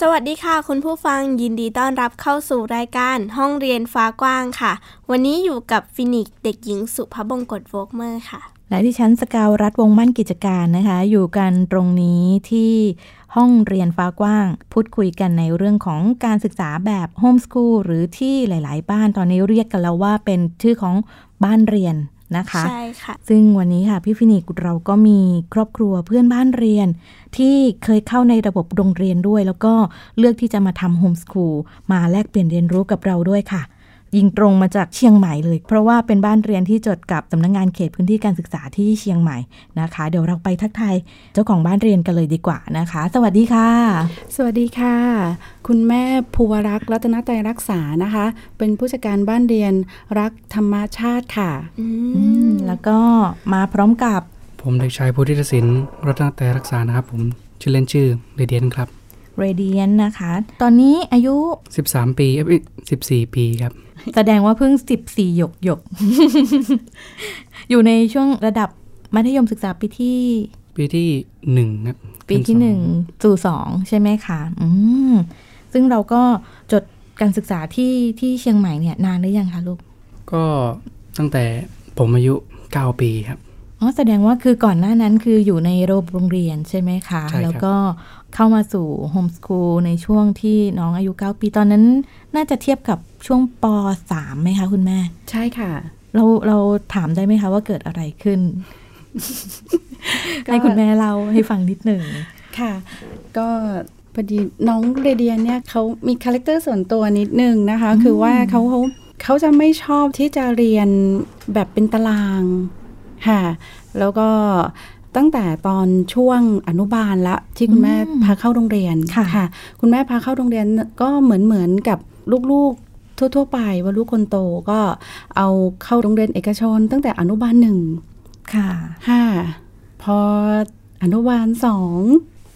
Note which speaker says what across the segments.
Speaker 1: สวัสดีค่ะ คุณผู้ฟังยินดีต้อนรับเข้าสู่รายการห้องเรียนฟ้ากว้างค่ะ วันนี้อยู่กับฟินิกซ์เด็กหญิงสุภบงกตโวกเมอร์ค่ะ
Speaker 2: และที่ชั้นสกาวรัฐวงศ์มั่นกิจการนะคะ อยู่กันตรงนี้ที่ห้องเรียนฟ้ากว้าง พูดคุยกันในเรื่องของการศึกษาแบบโฮมส o ูลหรือที่หลาย ๆ บ้านตอนนี้เรียกกันแล้วว่าเป็นชื่อของบ้านเรียนนะคะ
Speaker 1: ใช่ค่ะ
Speaker 2: ซึ่งวันนี้ค่ะพี่ฟินิกเราก็มีครอบครัวเพื่อนบ้านเรียน ที่เคยเข้าในระบบโรงเรียนด้วย แล้วก็เลือกที่จะมาทำโฮมส o ูลมาแลกเปลี่ยนเรียนรู้กับเราด้วยค่ะ ยิงตรงมาจากเชียงใหม่เลย เพราะว่าเป็นบ้านเรียนที่จดกับสำนักงานเขตพื้นที่การศึกษาที่เชียงใหม่นะคะ เดี๋ยวเราไปทักทายเจ้าของบ้านเรียนกันเลยดีกว่านะคะ สวัสดีค่ะ
Speaker 3: สวัสดีค่ะ คุณแม่ภูวรักษ์รัตนใจรักษานะคะ เป็นผู้จัดการบ้านเรียนรักธรรมชาติค่ะ
Speaker 1: อื
Speaker 2: อื
Speaker 1: ม
Speaker 2: มแล้วก็มาพร้อมกับ
Speaker 4: ผมเด็กชายพุทธิศิลป์รัตนแต่รักษานะครับ ผมชื่อเล่นชื่อเรเดียนครั
Speaker 2: เรเดียนนะคะ ตอนนี้อายุ
Speaker 4: บ 13 ปีเอ้ย14 ปีครับ
Speaker 2: แสดงว่าเพิ่ง 14 หยกหยก อยู่ในช่วงระดับมัธยมศึกษาปีที่
Speaker 4: ปีที่1ครับ
Speaker 2: ปีที่หนึ่งสู่สองใช่ไหมคะอืมซึ่งเราก็จดการศึกษาที่ที่เชียงใหม่เนี่ยนานหรือยังคะลูก
Speaker 4: ก็ตั้งแต่ผมอายุ 9 ปีครับ
Speaker 2: อ๋อแสดงว่าคือก่อนหน้านั้นคืออยู่ในระบบโรงเรียนใช่ไหมคะ
Speaker 4: ใช่ครับ
Speaker 2: แล้วก็เข้ามาสู่โฮมส o ูลในช่วงที่น้องอายุ 9 ปีตอนนั้น น่าจะเทียบกับช่วงป .3 ไหมคะคุณแม่
Speaker 3: ใช่ค่ะ
Speaker 2: เราเราถามได้ไหมคะว่าเกิดอะไรขึ้น ให้คุณแม่เราให้ฟังนิดหนึ่ง
Speaker 3: ค่ะ ก็พอดีน้องเรเดียนเนี่ยเขามีคาแรคเตอร์ส่วนตัวนิดนึงนะคะ คือว่าเขาเขาเขาจะไม่ชอบที่จะเรียนแบบเป็นตารางค่ะ แล้วก็ตั้งแต่ตอนช่วงอนุบาลละที่คุณแม่พาเข้าโรงเรียน
Speaker 2: ค่ะ
Speaker 3: คุณแม่พาเข้าโรงเรียนก็เหมือนเหมือนกับลูกๆทั่วๆไปว่าลูกคนโตก็เอาเข้าโรงเรียนเอกชน ตั้งแต่อนุบาลหนึ่ง
Speaker 2: ค่ะ
Speaker 3: ห้าพออนุบาลสอง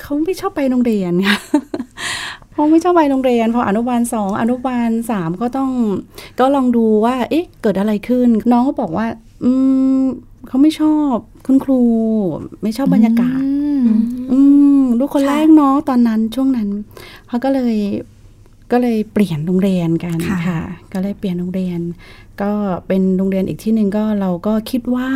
Speaker 3: เขาไม่ชอบไปโรงเรียนค่ะ เขาไม่ชอบไปโรงเรียน พออนุบาลสองอนุบาลสามก็ต้อง ก็ลองดูว่า เอ๊ะ เกิดอะไรขึ้น น้องก็บอกว่า อืมเขาไม่ชอบคุณครู ไม่ชอบบรรยากาศ
Speaker 2: อืม
Speaker 3: อืมลูกคนแรกเนาะตอนนั้นช่วงนั้นเขาก็เลยก็เลยเปลี่ยนโรงเรียนกัน
Speaker 2: ค่ะ
Speaker 3: ค่ะ ก็เลยเปลี่ยนโรงเรียน ก็เป็นโรงเรียนอีกที่หนึ่งก็เราก็คิดว่า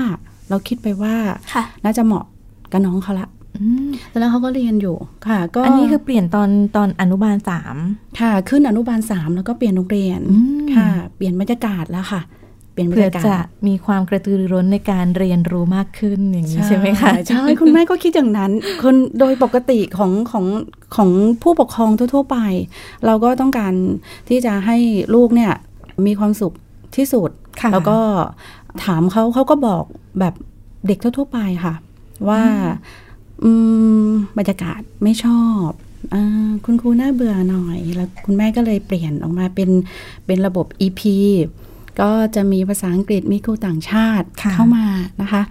Speaker 3: เราคิดไปว่า
Speaker 1: ค่ะ
Speaker 3: น่าจะเหมาะกับน้องเขาละ
Speaker 2: อืม
Speaker 3: แล้วเขาก็เรียนอยู่ค่ะ ก็
Speaker 2: อันนี้คือเปลี่ยนตอนตอนอนุบาลสาม
Speaker 3: ค่ะขึ้นอนุบาลสามแล้วก็เปลี่ยนโรงเรียน
Speaker 2: อืม
Speaker 3: ค่ะ เปลี่ยนบรรยากาศแล้วค่ะ เปลี่ยนบร
Speaker 2: เพื่อย
Speaker 3: รากาศ
Speaker 2: จะมีความกระตือรือร้นในการเรียนรู้มากขึ้นอย่างนี้ใช่ไหมคะ
Speaker 3: ใช่คุณแม่ก็คิดอย่างนั้นคนโดยปกติของของของผู้ปกครองทั่วๆไป เราก็ต้องการที่จะให้ลูกเนี่ยมีความสุขที่สุด
Speaker 2: ค่ะ
Speaker 3: แล้วก็ถามเขาเขาก็บอกแบบเด็กทั่ว ๆ ไปค่ะ ว่า อืมบรรยากาศไม่ชอบอาคุณครูน่าเบื่อหน่อย แล้วคุณแม่ก็เลยเปลี่ยนออกมาเป็นเป็นระบบ EP ก็จะมีภาษาอังกฤษมีครูต่างชาติ
Speaker 2: ค่ะ
Speaker 3: เข้ามานะคะ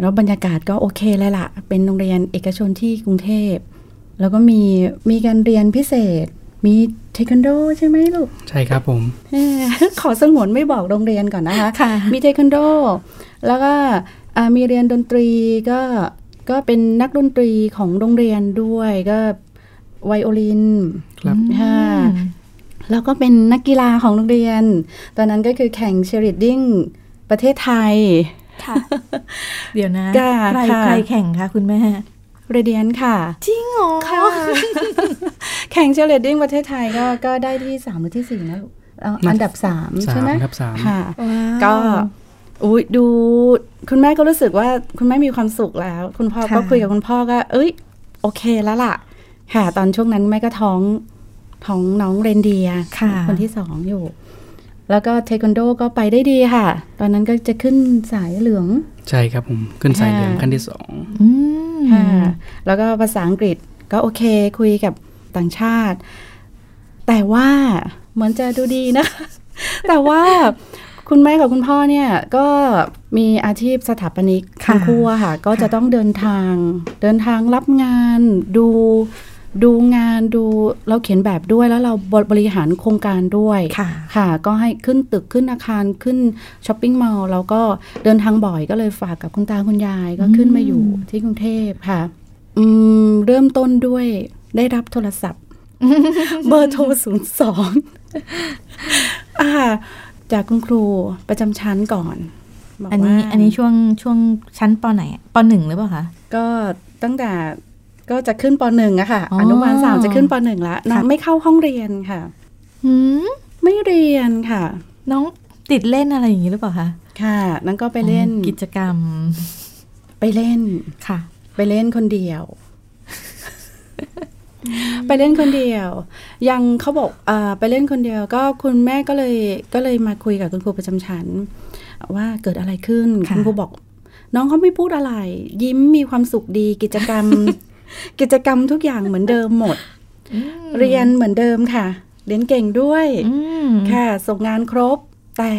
Speaker 3: แล้วบรรยากาศก็โอเคเลยล่ะ เป็นโรงเรียนเอกชนที่กรุงเทพ แล้วก็มีมีการเรียนพิเศษ มีเทควันโดใช่ไหมลูก
Speaker 4: ใช่ครับผม
Speaker 3: เอ่อ ขอสงวนไม่บอกโรงเรียนก่อนนะคะ
Speaker 2: ค่ะ
Speaker 3: มีเทควันโด แล้วก็อ่ามีเรียนดนตรีก็ก็เป็นนักดนตรีของโรงเรียนด้วยก็ไวโอลิน
Speaker 4: ครับ
Speaker 3: ค่ะ แล้วก็เป็นนักกีฬาของโรงเรียน ตอนนั้นก็คือแข่งเช e ริดดิ้งประเทศไทย
Speaker 1: ค่ะ
Speaker 2: เดี๋ยวนะ
Speaker 3: ค่ะ
Speaker 2: ใครใครแข่งคะคุณแม่
Speaker 3: เรเดียนค่ะ
Speaker 1: จริงเหรอ
Speaker 3: ค่ะ แข่งเช e ริดดิ้งประเทศไทยก็ก็ได้ที่ 3 หรือที่ 4 นะลูกเอาอันดับ 3
Speaker 4: สา
Speaker 3: ใช่
Speaker 4: ม
Speaker 3: ไหม
Speaker 4: ครับสาม
Speaker 3: ค่ะ
Speaker 2: ว้าว
Speaker 3: ก็อุยดูคุณแม่ก็รู้สึกว่าคุณแม่มีความสุขแล้ว คุณพ่อ
Speaker 2: ค่ะ
Speaker 3: ก็คุยกับคุณพ่อก็ เอ้ย โอเคแล้วล่ะ ค่ะ ตอนช่วงนั้นแม่ก็ท้องท้องน้องเรนเดียร์
Speaker 2: ค่ะ
Speaker 3: คนที่สองอยู่ แล้วก็เทควันโดก็ไปได้ดีค่ะ ตอนนั้นก็จะขึ้นสายเหลือง
Speaker 4: ใช่ครับผมขึ้นสายเหลืองขั้นที่สอง
Speaker 2: อืม
Speaker 3: ค่ะ แล้วก็ภาษาอังกฤษก็โอเคคุยกับ ต่างชาติ แต่ว่าเหมือนจะดูดีนะ แต่ว่าคุณแม่กับคุณพ่อเนี่ย ก็มีอาชีพสถาปนิก
Speaker 2: ค่ะ
Speaker 3: ทั้งคู่อะค่ะ ก็จะต้องเดินทาง เดินทางรับงานดู ดูงานดูเราเขียนแบบด้วยแล้วเราบริหารโครงการด้วย
Speaker 2: ค่ะ
Speaker 3: ค่ะ ก็ให้ขึ้นตึกขึ้นอาคารขึ้นช้อปปิ้งมอลล์แล้วก็เดินทางบ่อยก็เลยฝากกับคุณตาคุณยายก็ขึ้นมาอยู่ที่กรุงเทพค่ะ อืม เริ่มต้นด้วยได้รับโทรศัพท์ เบอร์โทรศูนย์สอง จากคุณครูประจำชั้นก่อนบก
Speaker 2: อันนี้
Speaker 3: ว่า
Speaker 2: อันนี้ช่วงช่วงชั้นปไหนปหนึ่งหรือเปล่าคะ
Speaker 3: ก็ตั้งแต่ก็จะขึ้นปหนึ่งอะค่ะ
Speaker 2: อ๋ออ
Speaker 3: อนุบาลสามจะขึ้นปหนึ่งละน้อง
Speaker 2: ค่ะ
Speaker 3: ไม่เข้าห้องเรียนค่ะ
Speaker 2: หืม
Speaker 3: ไม่เรียนค่ะ
Speaker 2: น้องติดเล่นอะไรอย่างนี้หรือเปล่าคะ
Speaker 3: ค่ะนั่นก็ไปเล่น
Speaker 2: กิจกรรม
Speaker 3: ไปเล่น
Speaker 2: ค่ะ
Speaker 3: ไปเล่นคนเดี ยว ไปเล่นคนเดียว ยังเขาบอกเออไปเล่นคนเดียว ก็คุณแม่ก็เลยก็เลยมาคุยกับคุณครูประจำชั้นว่าเกิดอะไรขึ้น
Speaker 2: ค่ะ
Speaker 3: ณครูบอก น้องเขาไม่พูดอะไร ยิ้มมีความสุขดีกิจกร รม กิจกรรมทุกอย่างเหมือนเดิมหมด เรียนเหมือนเดิมค่ะ เรียนเก่งด้วย
Speaker 2: อืม
Speaker 3: ค่ะส่งงานครบแต่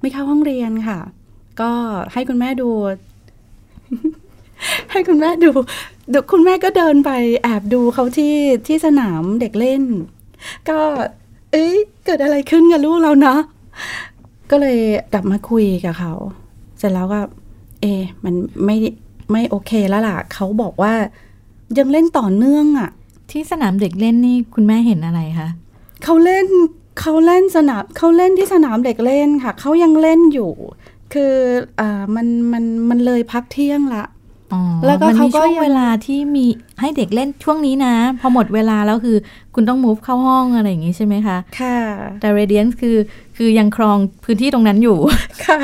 Speaker 3: ไม่เข้าห้องเรียนค่ะ ก็ให้คุณแม่ดู ให้คุณแม่ดูเดี๋ยวคุณแม่ก็เดินไปแอบดูเขาที่ที่สนามเด็กเล่น ก็ เอ้ยเกิดอะไรขึ้นกับลูกเรานะ ก็เลยกลับมาคุยกับเขา เสร็จแล้วก็ เอะมันไม่ไม่โอเคแล้วล่ะ เขาบอกว่ายังเล่นต่อเนื่องอ่ะ
Speaker 2: ที่สนามเด็กเล่นนี่คุณแม่เห็นอะไรคะ
Speaker 3: เขาเล่นเขาเล่นสนามเขาเล่นที่สนามเด็กเล่นค่ะ เขายังเล่นอยู่ คืออ่ามันมันมันเลยพักเที่ยงละ
Speaker 2: อ๋อ
Speaker 3: แล้วก็
Speaker 2: มันมี
Speaker 3: เขาก็
Speaker 2: ช่วง
Speaker 3: ยัง
Speaker 2: เวลาที่มีให้เด็กเล่นช่วงนี้นะ พอหมดเวลาแล้วคือ คุณต้อง move เข้าห้องอะไรอย่างนี้ใช่ไหมคะ
Speaker 3: ค่ะ
Speaker 2: แต่ Radiance คือคือยังครองพื้นที่ตรงนั้นอยู่
Speaker 3: ค่ะ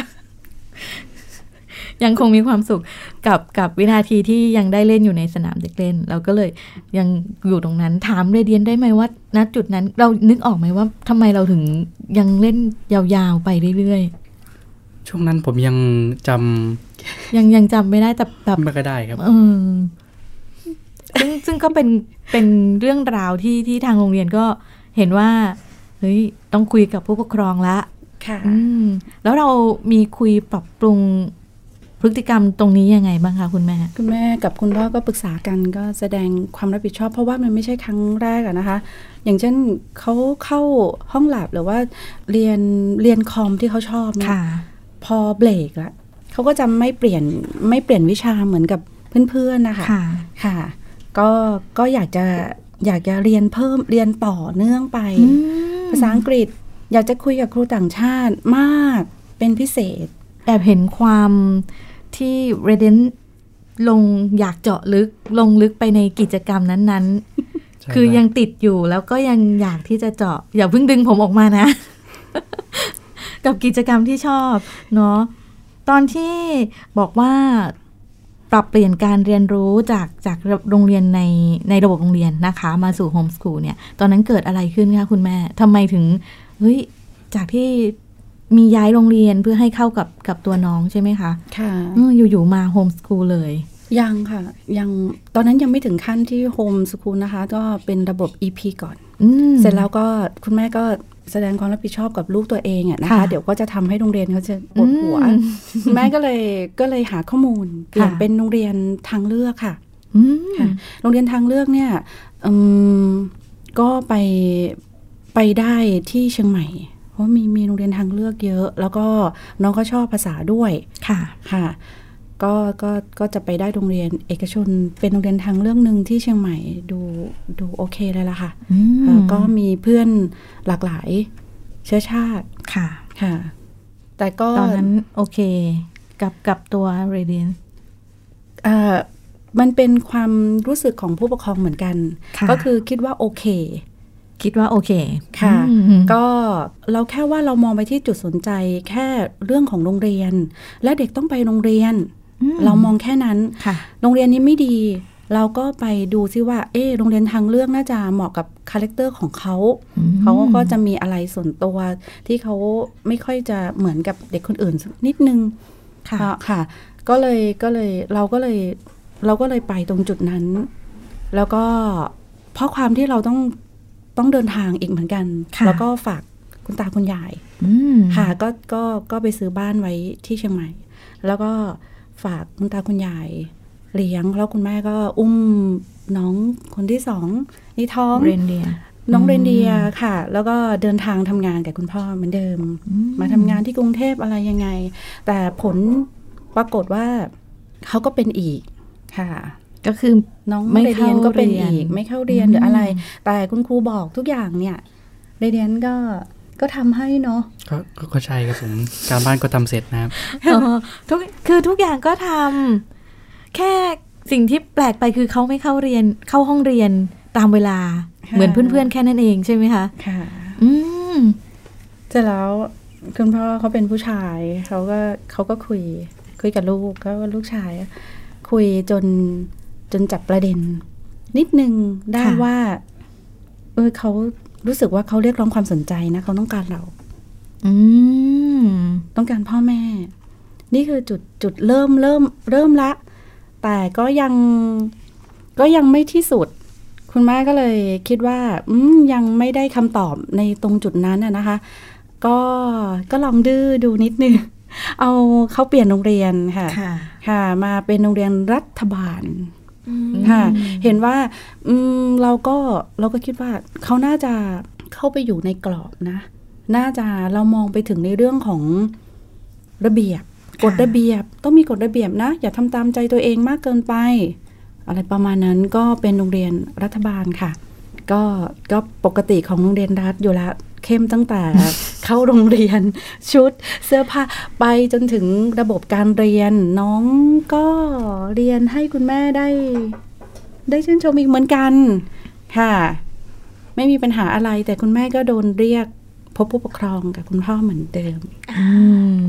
Speaker 2: ยังคงมีความสุขกับกับวินาทีที่ยังได้เล่นอยู่ในสนามเด็กเล่น เราก็เลยยังอยู่ตรงนั้นถามเรเดียนได้ไหมว่า ณจุดนั้นเรานึกออกไหมว่าทำไมเราถึงยังเล่นยาวๆไปเรื่อย
Speaker 4: ช่วงนั้นผมยังจำ
Speaker 2: ๆ ยังยังจำไม่ได้แต่แบบ
Speaker 4: ไม่ค่อยได้ครับ
Speaker 2: เออซึ่งซึ่งก็เป็นเป็นเรื่องราวที่ที่ทางโรงเรียนก็เห็นว่าเฮ้ยต้องคุยกับผู้ปกครองละ
Speaker 3: ค่ะ
Speaker 2: อืมแล้วเรามีคุยปรับปรุงพฤติกรรมตรงนี้ยังไงบ้างคะคุณแม่
Speaker 3: คุณแม่กับคุณพ่อก็ปรึกษากันก็แสดงความรับผิดชอบ เพราะว่ามันไม่ใช่ครั้งแรกอะนะคะ อย่างเช่นเขาเข้าห้องหลับหรือว่าเรียนเรียนคอมที่เขาชอบเนี่ย พอเบรกละเขาก็จะไม่เปลี่ยนไม่เปลี่ยนวิชาเหมือนกับเพื่อนๆนะคะ
Speaker 2: ค่ะ
Speaker 3: ค่ะ ก็ก็อยากจะอยากจะเรียนเพิ่มเรียนต่อเนื่องไป ภาษาอังกฤษอยากจะคุยกับครูต่างชาติมากเป็นพิเศษ
Speaker 2: แอบเห็นความที่เรเดนลงอยากเจาะลึกลงลึกไปในกิจกรรมนั้น
Speaker 4: ใช่
Speaker 2: ๆ คือ
Speaker 4: รับ
Speaker 2: ยังติดอยู่แล้วก็ยังอยากที่จะเจาะ อย่าเพิ่งดึงผมออกมานะ กับกิจกรรมที่ชอบ เนาะตอนที่บอกว่าปรับเปลี่ยนการเรียนรู้จากจากโรงเรียนในในระบบโรงเรียนนะคะ มาสู่โฮมสคูลเนี่ย ตอนนั้นเกิดอะไรขึ้นคะคุณแม่ทำไมถึงเฮ้ยจากที่มีย้ายโรงเรียนเพื่อให้เข้ากับกับตัวน้องใช่ไหมคะ
Speaker 3: ค่ะ
Speaker 2: เอออยู่ๆมาโฮมสคูลเลย
Speaker 3: ยังค่ะ ยังตอนนั้นยังไม่ถึงขั้นที่โฮมส o ูลนะคะ ก็เป็นระบบ EP ก่อน
Speaker 2: อืม
Speaker 3: เสร็จแล้วก็คุณแม่ก็แสดงความรับผิดชอบกับลูกตัวเองอะนะคะ
Speaker 2: ค่ะ
Speaker 3: เดี๋ยวก็จะทำให้โรงเรียนเขาจะปวดหัว
Speaker 2: อืม
Speaker 3: คุณแม่ก็เลยก็เลยหาข้อมูลเปลี่ยน
Speaker 2: ค่ะ
Speaker 3: เป็นโรงเรียนทางเลือกค่ะ
Speaker 2: อืม
Speaker 3: ค่ะ โรงเรียนทางเลือกเนี่ยอืมก็ไปไปได้ที่เชียงใหม่ เพราะมีมีโรงเรียนทางเลือกเยอะ แล้วก็น้องก็ชอบภาษาด้วย
Speaker 2: ค่ะ
Speaker 3: ค่ะ ก็ก็ก็จะไปได้โรงเรียนเอกชน เป็นโรงเรียนทางเลือกหนึ่งที่เชียงใหม่ดูดูโอเคเลยล่ะค่ะ
Speaker 2: อืม
Speaker 3: เอ่อก็มีเพื่อนหลากหลายเชื้อชาติ
Speaker 2: ค่ะ
Speaker 3: ค่ะ แต่ก็
Speaker 2: ตอนนั้นโอเค กับกับตัวเรเดียน
Speaker 3: เอ่อมันเป็นความรู้สึกของผู้ปกครองเหมือนกัน
Speaker 2: ค่ะ
Speaker 3: ก็คือคิดว่าโอเค
Speaker 2: คิดว่าโอเค
Speaker 3: ค่ะ
Speaker 2: อืม
Speaker 3: ก็เราแค่ว่าเรามองไปที่จุดสนใจแค่เรื่องของโรงเรียน และเด็กต้องไปโรงเรียน
Speaker 2: อืม
Speaker 3: เรามองแค่นั้น
Speaker 2: ค่ะ
Speaker 3: โรงเรียนนี้ไม่ดี เราก็ไปดูซิว่า เอะโรงเรียนทางเลือกน่าจะเหมาะกับคาแรคเตอร์ของเขา
Speaker 2: อืม
Speaker 3: เขาก็จะมีอะไรส่วนตัวที่เขาไม่ค่อยจะเหมือนกับเด็กคนอื่นสักนิดนึง
Speaker 2: ค่ะ
Speaker 3: อ่ะค่ะ ก็เลยก็เลยเราก็เลยเราก็เลยไปตรงจุดนั้น แล้วก็ เพราะความที่เราต้องต้องเดินทางอีกเหมือนกัน
Speaker 2: ค่ะ
Speaker 3: แล้วก็ฝากคุณตาคุณยาย
Speaker 2: อืม
Speaker 3: ค่ะก็ก็ก็ไปซื้อบ้านไว้ที่เชียงใหม่ แล้วก็ฝากคุณตาคุณยายเลี้ยง แล้วคุณแม่ก็อุ้มน้องคนที่สองในท้อง
Speaker 2: เรนเดียร์
Speaker 3: น้องเรนเดียร์ค่ะ แล้วก็เดินทางทำงานกับคุณพ่อเหมือนเดิม
Speaker 2: อื
Speaker 3: มาทำงานที่กรุงเทพอะไรยังไง แต่ผลปรากฏว่าเขาก็เป็นอีกค่ะ
Speaker 2: ก็คือ
Speaker 3: น้อง
Speaker 2: ไม่
Speaker 3: เรเดียนก็เป็น
Speaker 2: เข้าเรีย
Speaker 3: อีก
Speaker 2: น
Speaker 3: ไม่เข้าเรียน
Speaker 2: อืม
Speaker 3: หรืออะไร แต่คุณครูบอกทุกอย่างเนี่ยเรเดียนก็ก็ทำให้เนาะ
Speaker 4: ก็ก็ก็ใช่ครับผมการบ้านก็ทำเสร็จนะครับ
Speaker 2: เออทุกคือทุกอย่างก็ทำแค่สิ่งที่แปลกไปคือเขาไม่เข้าเรียนเข้าห้องเรียนตามเวลา
Speaker 3: ค่ะ
Speaker 2: เหมือนเพื่อนๆแค่นั้นเองใช่ไหมคะ
Speaker 3: ค่ะ
Speaker 2: อืม
Speaker 3: เสร็จแล้วคุณพ่อเขาเป็นผู้ชายเขาก็เขาก็คุย คุยกับลูกก็ลูกชาย คุยจนจนจับประเด็น นิดนึงได้ว่า เออเขารู้สึกว่าเขาเรียกร้องความสนใจนะเขาต้องการเรา
Speaker 2: อืม
Speaker 3: ต้องการพ่อแม่ นี่คือจุดจุดเริ่มเริ่มเริ่มละ แต่ก็ยังก็ยังไม่ที่สุด คุณแม่ก็เลยคิดว่า อืมยังไม่ได้คำตอบในตรงจุดนั้นนะนะคะ ก็ก็ลองดื้อดูนิดนึง เอาเขาเปลี่ยนโรงเรียนค่ะ
Speaker 2: ค่ะ
Speaker 3: ค่ะ มาเป็นโรงเรียนรัฐบาล ค่ะ เห็นว่า อืมเราก็เราก็คิดว่าเขาน่าจะเข้าไปอยู่ในกรอบนะ น่าจะเรามองไปถึงในเรื่องของระเบียบ กฎระเบียบต้องมีกฎระเบียบนะ อย่าทำตามใจตัวเองมากเกินไป อะไรประมาณนั้นก็เป็นโรงเรียนรัฐบาลค่ะ ก็ก็ปกติของโรงเรียนรัฐอยู่ละเข้มตั้งแต่ เข้าโรงเรียนชุดเสื้อผ้าไปจนถึงระบบการเรียน น้องก็เรียนให้คุณแม่ได้ ได้ชื่นชมอีกเหมือนกันค่ะ ไม่มีปัญหาอะไรแต่คุณแม่ก็โดนเรียกพบผู้ปกครองกับคุณพ่อเหมือนเดิม
Speaker 2: อืม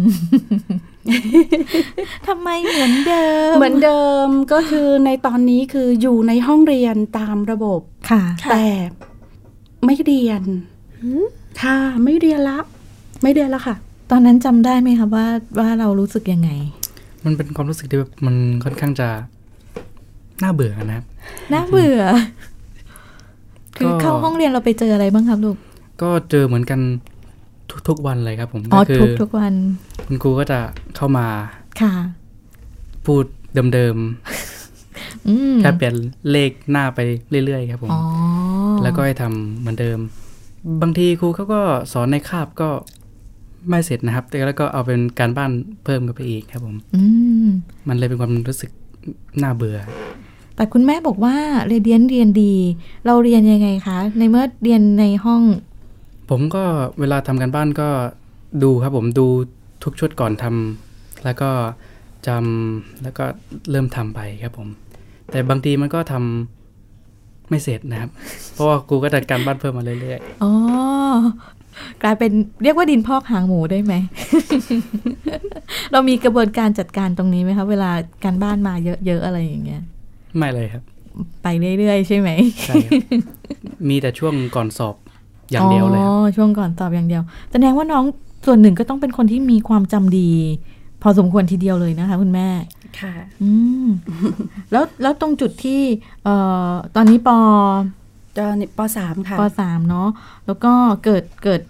Speaker 2: ทำไมเหมือนเดิม
Speaker 3: เหมือนเดิมก็คือในตอนนี้คืออยู่ในห้องเรียนตามระบบ
Speaker 2: ค่ะ
Speaker 1: ค่ะ
Speaker 3: แต่ไม่เรียนค่ะไม่เรียนละ ไม่เรียนละค่ะ
Speaker 2: ตอนนั้นจำได้ไหมคะว่าว่าเรารู้สึกยังไง
Speaker 4: มันเป็นความรู้สึกที่แบบมันค่อนข้างจะน่าเบื่อนะครับ
Speaker 2: น่าเบื่อ คือ
Speaker 4: ก็
Speaker 2: เข้าห้องเรียนเราไปเจออะไรบ้างครับลูก
Speaker 4: ก็เจอเหมือนกันทุกทุกวันเลยครับผม
Speaker 2: อ๋อ
Speaker 4: ก็คื
Speaker 2: ทุกทุกวัน
Speaker 4: คุณครูก็จะเข้ามา
Speaker 2: ค่ะ
Speaker 4: พูดเดิม
Speaker 2: อืม
Speaker 4: ๆแค่เปลี่ยนเลขหน้าไปเรื่อยๆครับผม
Speaker 2: อ๋อ
Speaker 4: แล้วก็ให้ทำเหมือนเดิม บางทีครูเขาก็สอนในคาบก็ไม่เสร็จนะครับ แต่แล้วก็เอาเป็นการบ้านเพิ่มกันไปอีกครับผม
Speaker 2: อืม
Speaker 4: มันเลยเป็นความรู้สึกน่าเบื่อ
Speaker 2: แต่คุณแม่บอกว่าเรเดียนเรียนดี เราเรียนยังไงคะ ในเมื่อเรียนในห้อง
Speaker 4: ผมก็เวลาทำการบ้านก็ดูครับผมดูทุกชุดก่อนทำแล้วก็จำแล้วก็เริ่มทำไปครับผม แต่บางทีมันก็ทำไม่เสร็จนะครับ เพราะว่าครูก็จัดการบ้านเพิ่มมาเรื่อย
Speaker 2: อ๋อกลายเป็นเรียกว่าดินพอกหางหมูได้ไหม เรามีกระบวนการจัดการตรงนี้ไหมคะเวลาการบ้านมาเยอะๆอะไรอย่างเงี้ย
Speaker 4: ๆ ไม่เลยครับ
Speaker 2: ไปเรื่อยๆใช่ไหม
Speaker 4: ใช่ครับ มีแต่ช่วงก่อนสอบอย่างเดียวเลยครับ
Speaker 2: อ๋อช่วงก่อนตอบอย่างเดียวแสดงว่าน้องส่วนหนึ่งก็ต้องเป็นคนที่มีความจำดี พอสมควรทีเดียวเลยนะคะ คุณแม่
Speaker 3: ค่ะ
Speaker 2: อืม แล้วแล้วตรงจุดที่เอ่อตอนนี้ปอ
Speaker 3: ตอนนี้ปสามค่ะ
Speaker 2: ปสามเนาะแล้วก็เกิดเกิด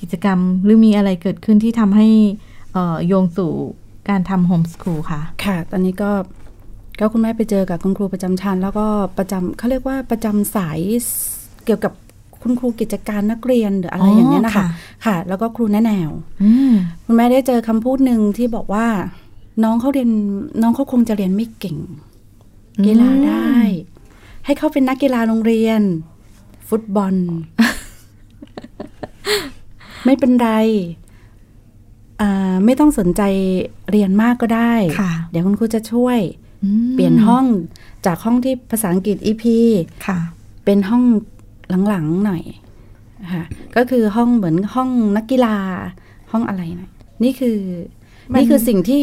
Speaker 2: กิจกรรมหรือมีอะไรเกิดขึ้นที่ทำให้เอ่อโยงสู่การทำโฮมสคูลค่ะ
Speaker 3: ค่ะ ตอนนี้ก็ก็คุณแม่ไปเจอกับคุณครูประจำชั้น แล้วก็ประจำเขาเรียกว่าประจำสายเกี่ยวกับคุณครูกิจการนักเรียนหรืออะไร
Speaker 2: อ๋อ
Speaker 3: อ
Speaker 2: อย่าง
Speaker 3: เงี้ยนะคะ
Speaker 2: ค่ะ
Speaker 3: ค่ะ แล้วก็ครูแนะแนว
Speaker 2: อืม
Speaker 3: คุณแม่ได้เจอคำพูดหนึ่งที่บอกว่า น้องเขาเรียนน้องเขาคงจะเรียนไม่เก่ง กีฬาได้ ให้เขาเป็นนักกีฬาโรงเรียน ฟุตบอล ไม่เป็นไรอ่าไม่ต้องสนใจเรียนมากก็ได้
Speaker 2: ค่ะ
Speaker 3: เดี๋ยวคุณครูจะช่วย
Speaker 2: อืม
Speaker 3: เปลี่ยนห้องจากห้องที่ภาษาอังกฤษ EP
Speaker 2: ค่ะ
Speaker 3: เป็นห้องหลังๆหน่อยค่ะก็คือห้องเหมือนห้องนักกีฬา ห้องอะไรหน่อยนี่คือ
Speaker 2: มัน
Speaker 3: นี่คือสิ่งที่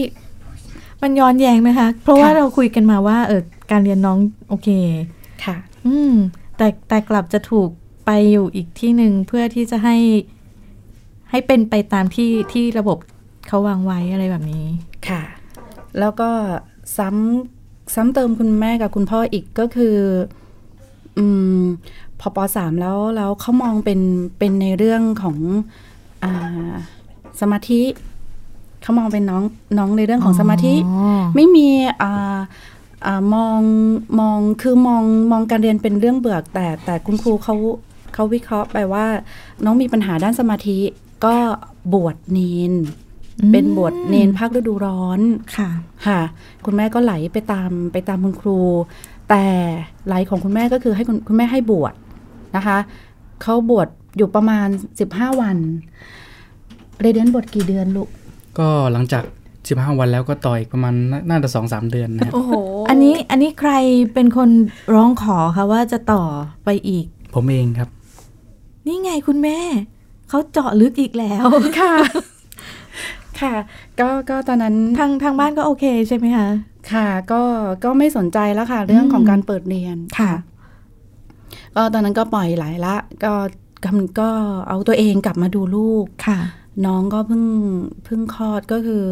Speaker 2: มันย้อนแย้งไหมคะ เพราะว่า
Speaker 3: ค่ะ
Speaker 2: เราคุยกันมาว่าเออการเรียนน้องโอเค
Speaker 3: ค่ะ
Speaker 2: อืม แต่แต่กลับจะถูกไปอยู่อีกที่หนึ่งเพื่อที่จะให้ ให้เป็นไปตามที่ที่ระบบเขาวางไว้อะไรแบบนี้
Speaker 3: ค่ะ แล้วก็ซ้ำซ้ำเติมคุณแม่กับคุณพ่ออีกก็คือ อืมพอปสามแล้วแล้วเขามองเป็นเป็นในเรื่องของอ่าสมาธิเขามองเป็นน้องน้องในเรื่องของสมาธิ
Speaker 2: อ๋อ
Speaker 3: ไม่มีอ่าอ่ามองมองคือมองมองการเรียนเป็นเรื่องเบือกแต่แต่คุณครูเขาเขาวิเคราะห์ไปว่า น้องมีปัญหาด้านสมาธิ ก็บวชเนน เป็นบวชเนนภาคฤดูร้อน
Speaker 2: ค่ะ
Speaker 3: ค่ะคุณแม่ก็ไหลไปตามไปตามคุณครู แต่ไหลของคุณแม่ก็คือให้คุณคุณแม่ให้บวชนะคะเขาบวชอยู่ประมาณ 15 วันเรเดียนบวชกี่เดือนลูก
Speaker 4: ก็หลังจาก 15 วันแล้วก็ต่ออีกประมาณน่าน่าจะสองสามเดือนนะครับ
Speaker 1: โอ้โห
Speaker 2: อันนี้อันนี้ใครเป็นคนร้องขอคะว่าจะต่อไปอีก
Speaker 4: ผมเองครับ
Speaker 2: นี่ไงคุณแม่ เขาเจาะลึกอีกแล้ว
Speaker 3: ค่ะ ค่ะ ก็ก็ตอนนั้น
Speaker 2: ทางทางบ้านก็โอเคใช่ไหมคะ
Speaker 3: ค่ะก็ก็ไม่สนใจแล้วค่ะ เรื่องของ
Speaker 2: อืม
Speaker 3: การเปิดเรียนก็ตอนนั้นก็ปล่อยไหลละ ก็กำก็เอาตัวเองกลับมาดูลูก
Speaker 2: ค่ะ
Speaker 3: น้องก็เพิ่งเพิ่งคลอดก็คือ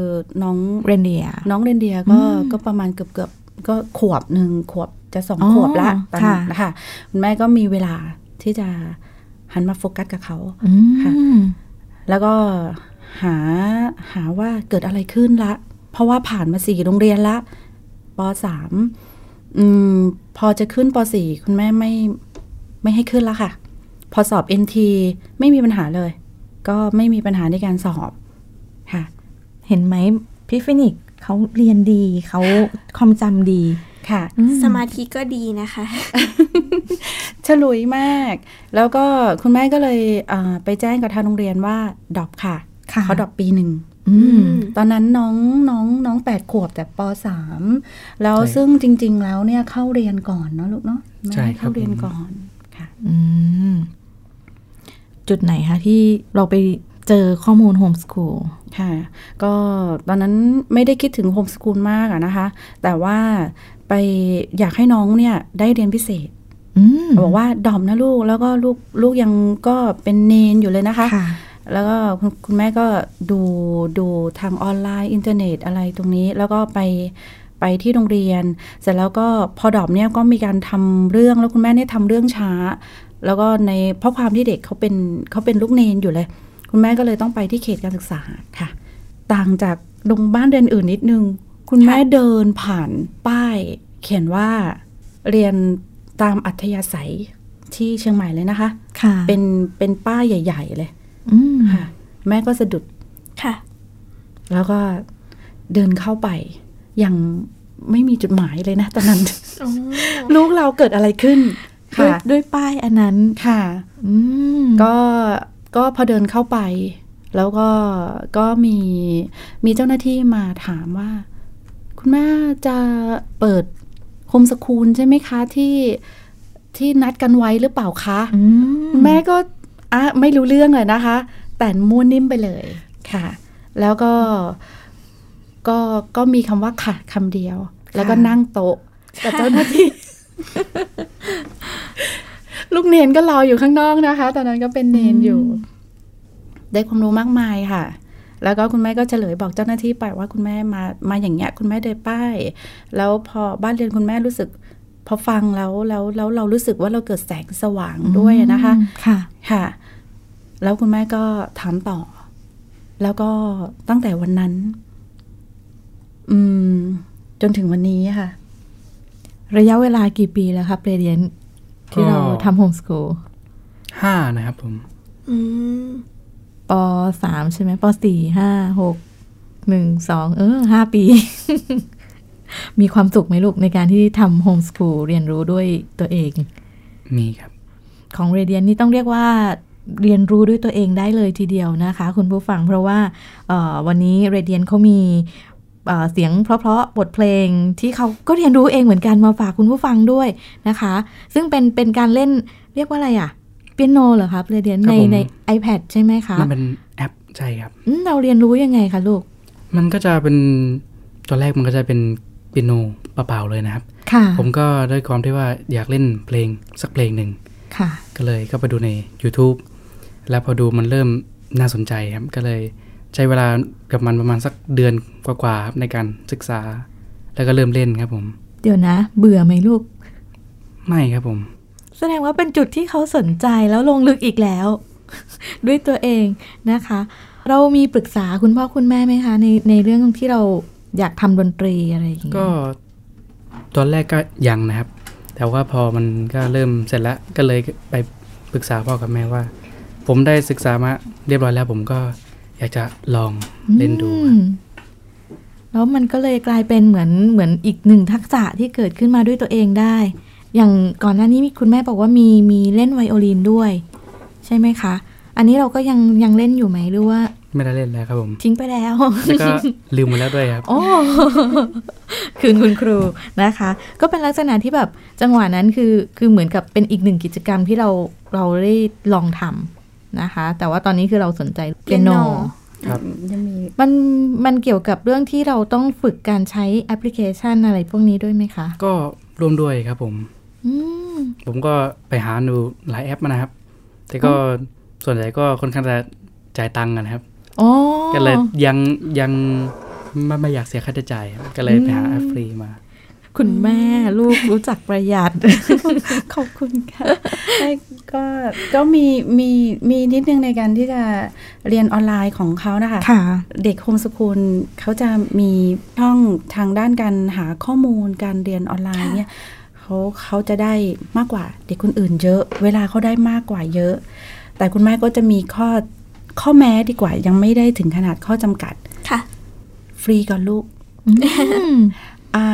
Speaker 3: น้อง
Speaker 2: เรนเดีย
Speaker 3: น้องเรนเดียก็
Speaker 2: อืม
Speaker 3: ก็ประมาณเกือบเกือบก็ขวบหนึ่งขวบจะสอง
Speaker 2: อ๋อ
Speaker 3: ขวบละตอนนั้
Speaker 2: ค่ะ
Speaker 3: นนะคะคุณแม่ก็มีเวลาที่จะหันมาโฟกัสกับเขา
Speaker 2: อื
Speaker 3: ค่ะ
Speaker 2: ม
Speaker 3: แล้วก็หาหาว่าเกิดอะไรขึ้นละ เพราะว่าผ่านมาสี่โรงเรียนละปสามอืมพอจะขึ้นปสี่คุณแม่ไม่ไม่ให้ขึ้นละค่ะ พอสอบ NT ไม่มีปัญหาเลย ก็ไม่มีปัญหาในการสอบค่ะ
Speaker 2: เห็นไหมพี่ฟินิกส์เขาเรียนดีเขาความจำดี
Speaker 3: ค่ะ
Speaker 1: สมาธิก็ดีนะคะ
Speaker 3: ฉลุยมาก แล้วก็คุณแม่ก็เลยเอ่อไปแจ้งกับทางโรงเรียนว่าดรอปค่ะ
Speaker 2: ค่ะ
Speaker 3: เขาดรอปปีหนึ่ง
Speaker 2: อืม
Speaker 3: ตอนนั้นน้องน้องน้องแปดขวบแต่ปสามแล้ว
Speaker 4: ใช่
Speaker 3: ซึ่งจริง ๆ แล้วเนี่ยเข้าเรียนก่อนเนาะลูกเนาะแม่
Speaker 4: ใช่ครับ
Speaker 3: เข้าเรียนก่อนค่ะ
Speaker 2: อืม จุดไหนคะที่เราไปเจอข้อมูลโฮมส o ูล
Speaker 3: ค่ะ ก็ตอนนั้นไม่ได้คิดถึงโฮมสกูลมากอะนะคะ แต่ว่าไปอยากให้น้องเนี่ยได้เรียนพิเศษ
Speaker 2: อืม
Speaker 3: บอกว่าดอมนะลูกแล้วก็ลูกลูกยังก็เป็นเนนอยู่เลยนะคะ
Speaker 2: ค่ะ
Speaker 3: แล้วก็คุณคุณแม่ก็ดูดูทางออนไลน์อินเทอร์เน็ตอะไรตรงนี้ แล้วก็ไปไปที่โรงเรียน เสร็จแล้วก็พอดอบเนี่ยก็มีการทำเรื่องแล้วคุณแม่เนี่ยทำเรื่องช้า แล้วก็ในเพราะความที่เด็กเขาเป็นเขาเป็นลูกเนนอยู่เลย คุณแม่ก็เลยต้องไปที่เขตการศึกษาค่ะ ต่างจากโรงบ้านเรียนอื่นนิดนึง คุณแม่เดินผ่านป้าย เขียนว่าเรียนตามอัธยาศัยที่เชียงใหม่เลยนะคะ
Speaker 2: ค่ะ
Speaker 3: เป็นเป็นป้ายใหญ่ ๆ เลย
Speaker 2: อืม
Speaker 3: ค่ะแม่ก็สะดุด
Speaker 1: ค่ะ
Speaker 3: แล้วก็เดินเข้าไปยังไม่มีจุดหมายเลยนะตอนนั้น ลูกเราเกิดอะไรขึ้น
Speaker 2: ด้วยด้วยป้ายอันนั้น
Speaker 3: ค่ะ
Speaker 2: อืม
Speaker 3: ก็ก็พอเดินเข้าไป แล้วก็ก็มีมีเจ้าหน้าที่มาถามว่า คุณแม่จะเปิดโฮมสคูลใช่ไหมคะที่ที่นัดกันไว้หรือเปล่าคะ
Speaker 2: อื
Speaker 3: คุณแม่ก็อ่ะไม่รู้เรื่องเลยนะคะ แต่มั่วนิ่มไปเลยค่ะ แล้วก็ก็ก็มีคำว่าค่ะคำเดียว แล้วก็นั่งโต๊ะกับเจ้าหน้า ที่ ลูกเนนก็รออยู่ข้างนอกนะคะ ตอนนั้นก็เป็นเนนอยู่ ได้ความรู้มากมายค่ะ แล้วก็คุณแม่ก็เฉลยบอกเจ้าหน้าที่ไปว่าคุณแม่มามาอย่างเงี้ย คุณแม่ได้ป้าย แล้วพอบ้านเรียนคุณแม่รู้สึก พอฟังแล้วแล้วแล้วเรารู้สึกว่าเราเกิดแสงสว่างด้วยนะคะ
Speaker 2: ค่ะ
Speaker 3: ค่ะ แล้วคุณแม่ก็ถามต่อ แล้วก็ตั้งแต่วันนั้น อืม จนถึงวันนี้ค่ะ
Speaker 2: ระยะเวลากี่ปีแล้วครับเรเดียนที่เราทำโฮมส o ูล
Speaker 4: ห้านะครับผม
Speaker 1: อืม
Speaker 2: ปสามใช่ไหมปสี่ห้าหกหนึ่งสองเออห้าปี มีความสุขไหมลูกในการที่ทำโฮมส o ูลเรียนรู้ด้วยตัวเอง
Speaker 4: มีครับ
Speaker 2: ของเรเดียนนี่ต้องเรียกว่าเรียนรู้ด้วยตัวเองได้เลยทีเดียวนะคะ คุณผู้ฟังเพราะว่าเอ่อวันนี้เรเดียนเขามีเอ่อเสียงเพราะๆบทเพลงที่เขาก็เรียนรู้เองเหมือนกันมาฝากคุณผู้ฟังด้วยนะคะ ซึ่งเป็นเป็นการเล่นเรียกว่าอะไรอะเปียโนเหรอครับเรเดียน
Speaker 4: ครับ
Speaker 2: ใน
Speaker 4: ผม
Speaker 2: ใน iPad ใช่ไหมคะ
Speaker 4: มันเป็นแอปใช่ครับ
Speaker 2: อืมเราเรียนรู้ยังไงคะลูก
Speaker 4: มันก็จะเป็นตอนแรกมันก็จะเป็นเปียโนเปล่าๆเลยนะครับ
Speaker 2: ค่ะ
Speaker 4: ผมก็ด้วยความที่ว่าอยากเล่นเพลงสักเพลงหนึ่ง
Speaker 2: ค่ะ
Speaker 4: ก็เลยก็ไปดูใน YouTube แล้วพอดูมันเริ่มน่าสนใจครับ ก็เลยใช้เวลากับมันประมาณสักเดือนกว่าๆครับในการศึกษา แล้วก็เริ่มเล่นครับผม
Speaker 2: เดี๋ยวนะ เบื่อไหมลูก
Speaker 4: ไม่ครับผม
Speaker 2: แสดงว่าเป็นจุดที่เขาสนใจแล้วลงลึกอีกแล้ว ด้วยตัวเองนะคะ เรามีปรึกษาคุณพ่อคุณแม่ไหมคะ ในในเรื่องที่เราอยากทำดนตรีอะไรอย่างเงี้ย
Speaker 4: ก็ตอนแรกก็ยังนะครับ แต่ว่าพอมันก็เริ่มเสร็จแล้วก็เลยไปปรึกษาพ่อกับแม่ว่า ผมได้ศึกษามาเรียบร้อยแล้ว ผมก็อยากจะลองเล่นดู
Speaker 2: อืมแล้วมันก็เลยกลายเป็นเหมือนเหมือนอีกหนึ่งทักษะที่เกิดขึ้นมาด้วยตัวเองได้ อย่างก่อนหน้านี้มีคุณแม่บอกว่ามีมีเล่นไวโอลินด้วย ใช่ไหมคะ อันนี้เราก็ยังยังเล่นอยู่ไหมหรือว่า
Speaker 4: ไม่ได้เล่นแล้วครับผม
Speaker 2: ทิ้งไปแล้ว
Speaker 4: แล้ว ก็ลืมหมดแล้วด้วยครับ
Speaker 2: โอ้ คืนคุณครูนะคะ ก็เป็นลักษณะที่แบบจังหวะนั้นคือคือเหมือนกับเป็นอีกหนึ่งกิจกรรมที่เราเราได้ลองทำนะคะ แต่ว่าตอนนี้คือเราสนใจเปีย
Speaker 1: เปีย
Speaker 2: โน
Speaker 1: โน
Speaker 4: ครับ
Speaker 3: ยังมี
Speaker 2: มันมันเกี่ยวกับเรื่องที่เราต้องฝึกการใช้แอปพลิเคชันอะไรพวกนี้ด้วยไหมคะ
Speaker 4: ก็ร่วมด้วยครับผม
Speaker 2: อืม
Speaker 4: ผมก็ไปหาดูหลายแอปมานะครับ แต่ก็ส่วนใหญ่ก็ค่อนข้างจะจ่ายตังค์กันนะครับ
Speaker 2: อ๋อ
Speaker 4: ก็เลยยังยังไม่ไม่อยากเสียค่าใช้จ่ายครับก็เลยไปหาแอปฟรีมา
Speaker 2: คุณแม่ลูกรู้จักประหยัด
Speaker 3: ขอบคุณค่ะ ไม่ก็ก็มีมีมีนิดนึงในการที่จะเรียนออนไลน์ของเขานะคะ
Speaker 2: ค่ะ
Speaker 3: เด็กโฮมสกูลเขาจะมีช่องทางด้านการหาข้อมูลการเรียนออนไลน์เนี่ยเขาเขาจะได้มากกว่าเด็กคนอื่นเยอะ เวลาเขาได้มากกว่าเยอะ แต่คุณแม่ก็จะมีข้อข้อแม้ดีกว่ายังไม่ได้ถึงขนาดข้อจำกัด
Speaker 1: ค่ะ
Speaker 3: ฟรีก่อนลูกอ่า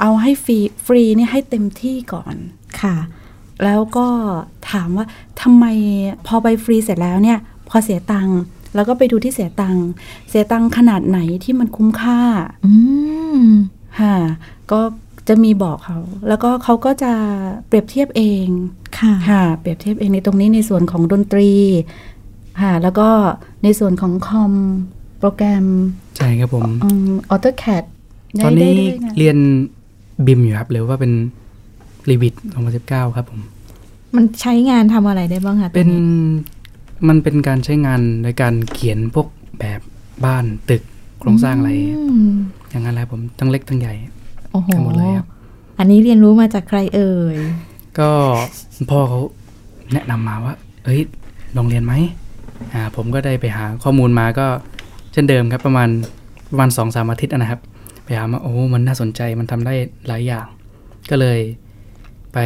Speaker 3: เอาให้ฟรีฟรีนี่ให้เต็มที่ก่อน
Speaker 2: ค่ะ
Speaker 3: แล้วก็ถามว่าทำไมพอไปฟรีเสร็จแล้วเนี่ย พอเสียตังค์แล้วก็ไปดูที่เสียตังค์เสียตังค์ขนาดไหนที่มันคุ้มค่า
Speaker 2: อืม
Speaker 3: ค่ะก็จะมีบอกเขา แล้วก็เขาก็จะเปรียบเทียบเอง
Speaker 2: ค่ะ
Speaker 3: ค่ะ เปรียบเทียบเองในตรงนี้ในส่วนของดนตรีค่ะแล้วก็ในส่วนของคอมโปรแกรม
Speaker 4: ใช่ครับผม
Speaker 3: ออโตแคด
Speaker 4: ต
Speaker 3: ได้
Speaker 4: อน
Speaker 3: ได้ด้
Speaker 4: นี้
Speaker 3: วยนะ
Speaker 4: เรียนบิมอยู่ครับหรือว่าเป็นรีบิท2019 ครับผม
Speaker 2: มันใช้งานทำอะไรได้บ้างคะตัว
Speaker 4: เป็น
Speaker 2: นี้
Speaker 4: มันเป็นการใช้งานโดยการเขียนพวกแบบบ้านตึกโครงสร้างอะไร
Speaker 2: อืม
Speaker 4: อย่างนั้นแหละครับผมทั้งเล็กทั้งใหญ่
Speaker 2: โอ้โห
Speaker 4: ทั้งหมดเลยครับ
Speaker 2: อันนี้เรียนรู้มาจากใครเอ่ย
Speaker 4: ก็พ่อเขาแนะนำมาว่า เอ้ยลองเรียนไหมอ่าผมก็ได้ไปหาข้อมูลมาก็เช่นเดิมครับประมาณประมาณสองสามอาทิตย์อะนะครับ ไปหามาโอ้มันน่าสนใจมันทำได้หลายอย่าง ก็เลยไป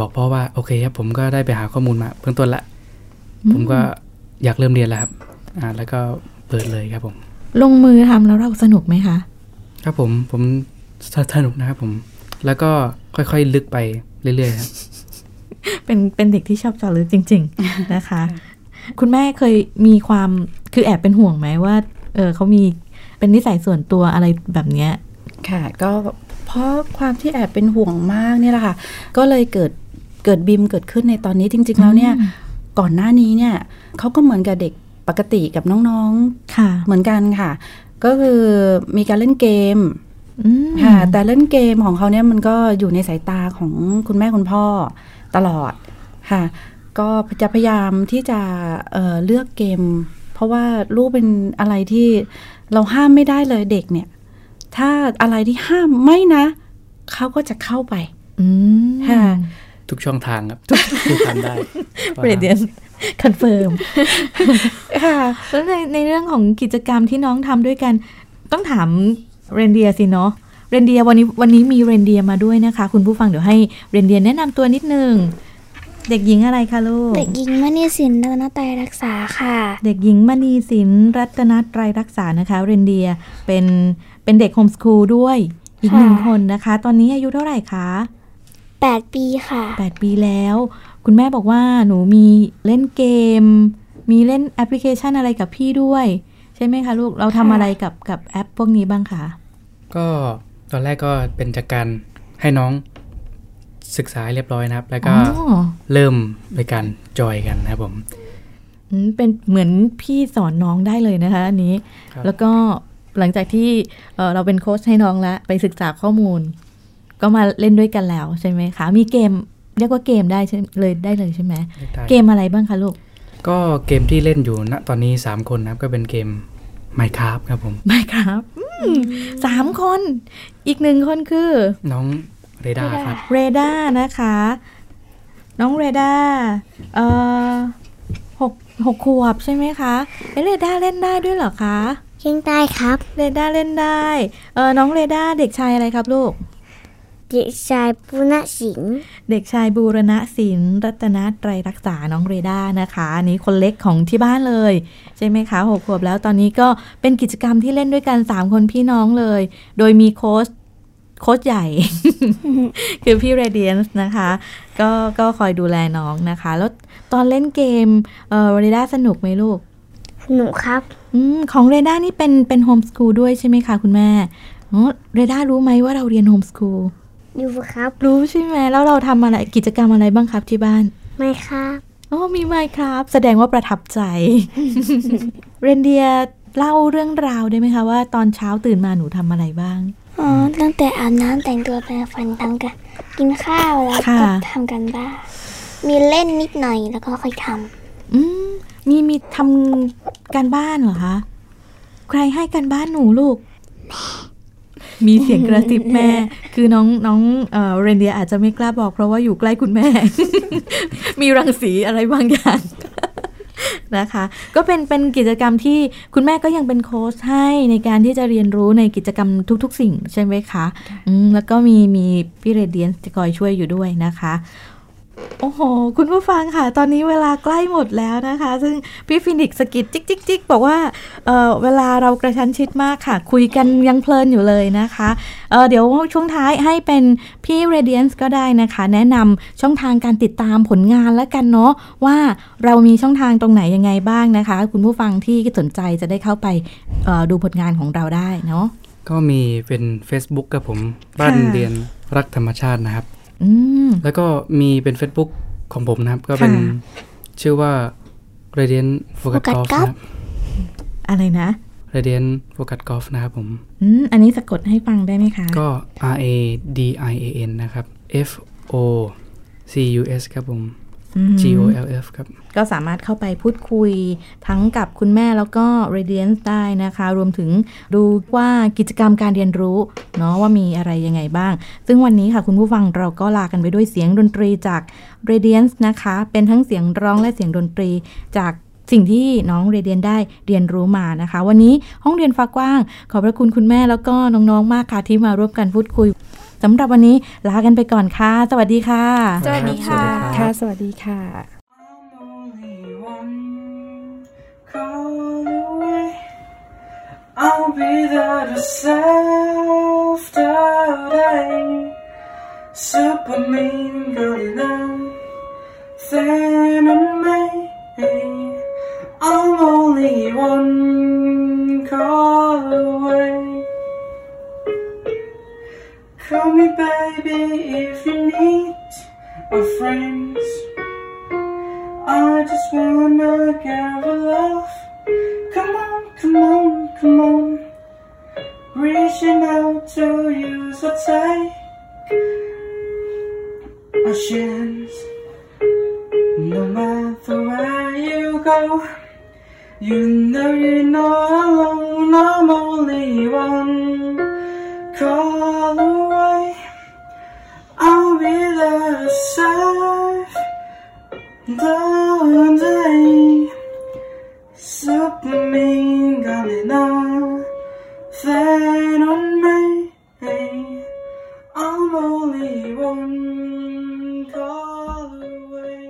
Speaker 4: บอกพ่อว่าโอเคครับผมก็ได้ไปหาข้อมูลมาเบื้องต้นละ
Speaker 2: อืม
Speaker 4: ผมก็อยากเริ่มเรียนแล้วครับอ่าแล้วก็เปิดเลยครับผม
Speaker 2: ลงมือทำแล้วเราสนุกไหมคะ
Speaker 4: ครับผมผมสสนุกนะครับผม แล้วก็ค่อยๆลึกไปเรื่อยๆครับ
Speaker 2: เป็นเป็นเด็กที่ชอบเจาะลึกจริง ๆ นะคะ คุณแม่เคยมีความคือแอบเป็นห่วงไหมว่า เออเขามีเป็นนิสัยส่วนตัวอะไรแบบเนี้ย
Speaker 3: ค่ะ ก็เพราะความที่แอบเป็นห่วงมากเนี่ยแหละค่ะ ก็เลยเกิดเกิดบีมเกิดขึ้นในตอนนี้จริง ๆ แล้วเนี่ย ก่อนหน้านี้เนี่ยเขาก็เหมือนกับเด็กปกติกับน้อง
Speaker 2: ค่ะ
Speaker 3: ๆ เหมือนกันค่ะ ก็คือมีการเล่นเกม
Speaker 2: อืม
Speaker 3: ค่ะแต่เล่นเกมของเขาเนี่ยมันก็อยู่ในสายตาของคุณแม่คุณพ่อตลอดค่ะ ก็จะพยายามที่จะเอ่อเลือกเกม เพราะว่าลูกเป็นอะไรที่เราห้ามไม่ได้เลยเด็กเนี่ย ถ้าอะไรที่ห้ามไม่นะเขาก็จะเข้าไป
Speaker 2: อืม
Speaker 3: ค่ะ
Speaker 4: ทุกช่องทางครับ ทุกที่ ทำได้
Speaker 2: เปรเดียน คอนเฟิร์ม
Speaker 3: ค่ะ
Speaker 2: แล้วในในเรื่องของกิจกรรมที่น้องทำด้วยกัน ต้องถามเรนเดียสิเนาะเรนเดียวันนี้วันนี้มีเรนเดียมาด้วยนะคะ คุณผู้ฟังเดี๋ยวให้เรนเดียแนะนำตัวนิดนึง เด็กหญิงอะไรคะลูก
Speaker 5: เด็กหญิงมณีสินเดนไตรรักษาค่ะ
Speaker 2: เด็กหญิงมณีสินรัตนตรัยรักษานะคะ เรนเดียเป็นเป็นเด็กโฮมสคูลด้วยอีก
Speaker 5: ค่ะ
Speaker 2: หนึ่งคนนะคะ ตอนนี้อายุเท่าไหร่คะ
Speaker 5: 8 ปีค่ะ
Speaker 2: 8 ปีแล้ว คุณแม่บอกว่าหนูมีเล่นเกม มีเล่นแอปพลิเคชันอะไรกับพี่ด้วย ใช่ไหมคะลูกเราทำ
Speaker 5: ค่ะ
Speaker 2: อะไรกับกับแอปพวกนี้บ้างคะ
Speaker 4: ก็ตอนแรกก็เป็นจากการให้น้องศึกษาให้เรียบร้อยนะครับ แล้วก็
Speaker 2: อ๋อ
Speaker 4: เริ่มในการจอยกันนะครับผม
Speaker 2: อืมเป็นเหมือนพี่สอนน้องได้เลยนะคะอันนี้
Speaker 4: ครับ
Speaker 2: แล้วก็หลังจากที่เอ่อเราเป็นโค้ชให้น้องแล้วไปศึกษาข้อมูล ก็มาเล่นด้วยกันแล้วใช่ไหมคะ มีเกมเรียกว่าเกมได้ใช่เลยได้เลยใช่ไหมเกมอะไรบ้างคะลูก
Speaker 4: ก็เกมที่เล่นอยู่ณตอนนี้ 3 คนนะครับ ก็เป็นเกม Minecraft ครับผม
Speaker 2: ไม่ครับสามคน อีกหนึ่งคนคือ
Speaker 4: น้องเรดาครับ
Speaker 2: เรดานะคะ น้องเรดาเอ่อหกหกขวบใช่ไหมคะเอ๊ะเรดาเล่นได้ด้วยเหรอคะ
Speaker 5: เชียงใต้ครับ
Speaker 2: เรดาเล่นได้ เออน้องเรดาเด็กชายอะไรครับลูก
Speaker 5: เด็กชายปุณสิงห์
Speaker 2: เด็กชายบูรณะศิลป์รัตนไตรรักษาน้องเรดานะคะอันนี้คนเล็กของที่บ้านเลย ใช่ไหมคะหกขวบแล้วตอนนี้ก็เป็นกิจกรรมที่เล่นด้วยกัน 3 คนพี่น้องเลย โดยมีโค้ชโค้ชใหญ่ คือพี่เรเดียนส์นะคะ ก็ก็คอยดูแลน้องนะคะ แล้วตอนเล่นเกมเออเรดาสนุกไหมลูก
Speaker 5: หนูครับ
Speaker 2: อมของเรดานี่เป็นเป็นโฮมสคูลด้วยใช่ไหมคะคุณแม่อ๋อเรดารู้ไหมว่าเราเรียนโฮมสคูล
Speaker 5: อยู่ครับ
Speaker 2: รู้ใช่ไหมแล้วเราทำอะไรกิจกรรมอะไรบ้างครับที่บ้าน
Speaker 5: ไม่ครับ
Speaker 2: อ๋อมีไหมครับ แสดงว่าประทับใจ เรนเดียเล่าเรื่องราวได้ไหมคะว่าตอนเช้าตื่นมาหนูทำอะไรบ้าง
Speaker 5: อ๋อ ตั้งแต่อาบน้ำแต่งตัวแปรงฟันทำกันกินข้าวแล้ว
Speaker 2: ค่ะ
Speaker 5: ก็ทำกันบ้านมีเล่นนิดหน่อยแล้วก็ค่อยท
Speaker 2: อืมมีมีทำการบ้านเหรอคะใครให้การบ้านหนูลูก มีเสียงกระซิบแม่ คือน้องน้องเอ่อเรนเดียอาจจะไม่กล้าบอกเพราะว่าอยู่ใกล้คุณแม่ มีรังสีอะไรบางอย่าง นะคะ ก็เป็นเป็นกิจกรรมที่คุณแม่ก็ยังเป็นโค้ชให้ในการที่จะเรียนรู้ในกิจกรรมทุก ๆ สิ่งใช่ไหมคะอืมแล้วก็มีมีพี่เรเดียนจะคอยช่วยอยู่ด้วยนะคะ โอ้โห คุณผู้ฟังค่ะ ตอนนี้เวลาใกล้หมดแล้วนะคะ ซึ่งพี่ฟินิกส์สะกิดจิกจิกจิกบอกว่าเอ่อเวลาเรากระชั้นชิดมากค่ะ คุยกันยังเพลินอยู่เลยนะคะเอ่อเดี๋ยวช่วงท้ายให้เป็นพี่ Radiance ก็ได้นะคะ แนะนำช่องทางการติดตามผลงานแล้วกันเนาะว่าเรามีช่องทางตรงไหนยังไงบ้างนะคะ คุณผู้ฟังที่สนใจจะได้เข้าไปเอ่อดูผลงานของเราได้เนาะ
Speaker 4: ก็มีเป็น Facebook ครับผม บ้าน
Speaker 2: ค่ะ
Speaker 4: เรียนรักธรรมชาตินะครับ
Speaker 2: อืม
Speaker 4: แล้วก็มีเป็น Facebook ของผมนะครับ ก็เป็น
Speaker 2: ค่ะ
Speaker 4: ชื่อว่า Radiant Focus
Speaker 5: Focus
Speaker 4: Golf
Speaker 5: Golf
Speaker 4: นะครับ
Speaker 2: อะไรนะ
Speaker 4: Radiant Focus Golf นะครับผม
Speaker 2: อืมอันนี้สะกดให้ฟังได้ไหมคะ
Speaker 4: ก็ R A D I A N นะครับ F O C U S ครับผม G O L F ครับ
Speaker 2: ก็สามารถเข้าไปพูดคุยทั้งกับคุณแม่แล้วก็ Radiance ได้นะคะ รวมถึงดูว่ากิจกรรมการเรียนรู้เนาะว่ามีอะไรยังไงบ้าง ซึ่งวันนี้ค่ะคุณผู้ฟังเราก็ลากันไปด้วยเสียงดนตรีจาก Radiance นะคะ เป็นทั้งเสียงร้องและเสียงดนตรีจากสิ่งที่น้องเรเดียนได้เรียนรู้มานะคะ วันนี้ห้องเรียนฟ้ากว้าง ขอบพระคุณคุณแม่แล้วก็น้องๆมากค่ะที่มาร่วมกันพูดคุยสำหรับวันนี้ลากันไปก่อนค่ะ สวัสดีค่ะ
Speaker 1: สวัสดีค่ะ
Speaker 3: ค่ะ สวัสดีค่ะ
Speaker 6: I'm only one call away. I'll be there to save the day. Super mean girl, you know, Sam and me. I'm only one call away. Call me, baby, if you need my friends. I just wanna give a love. Come on, come on, come on. Reaching out to you, so take a chance. No matter where you go, you know you're not alone. I'm only one call away. I'll be there to serve. Down Superman got it now Fed on me I'm only one call away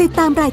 Speaker 7: ติดตามราย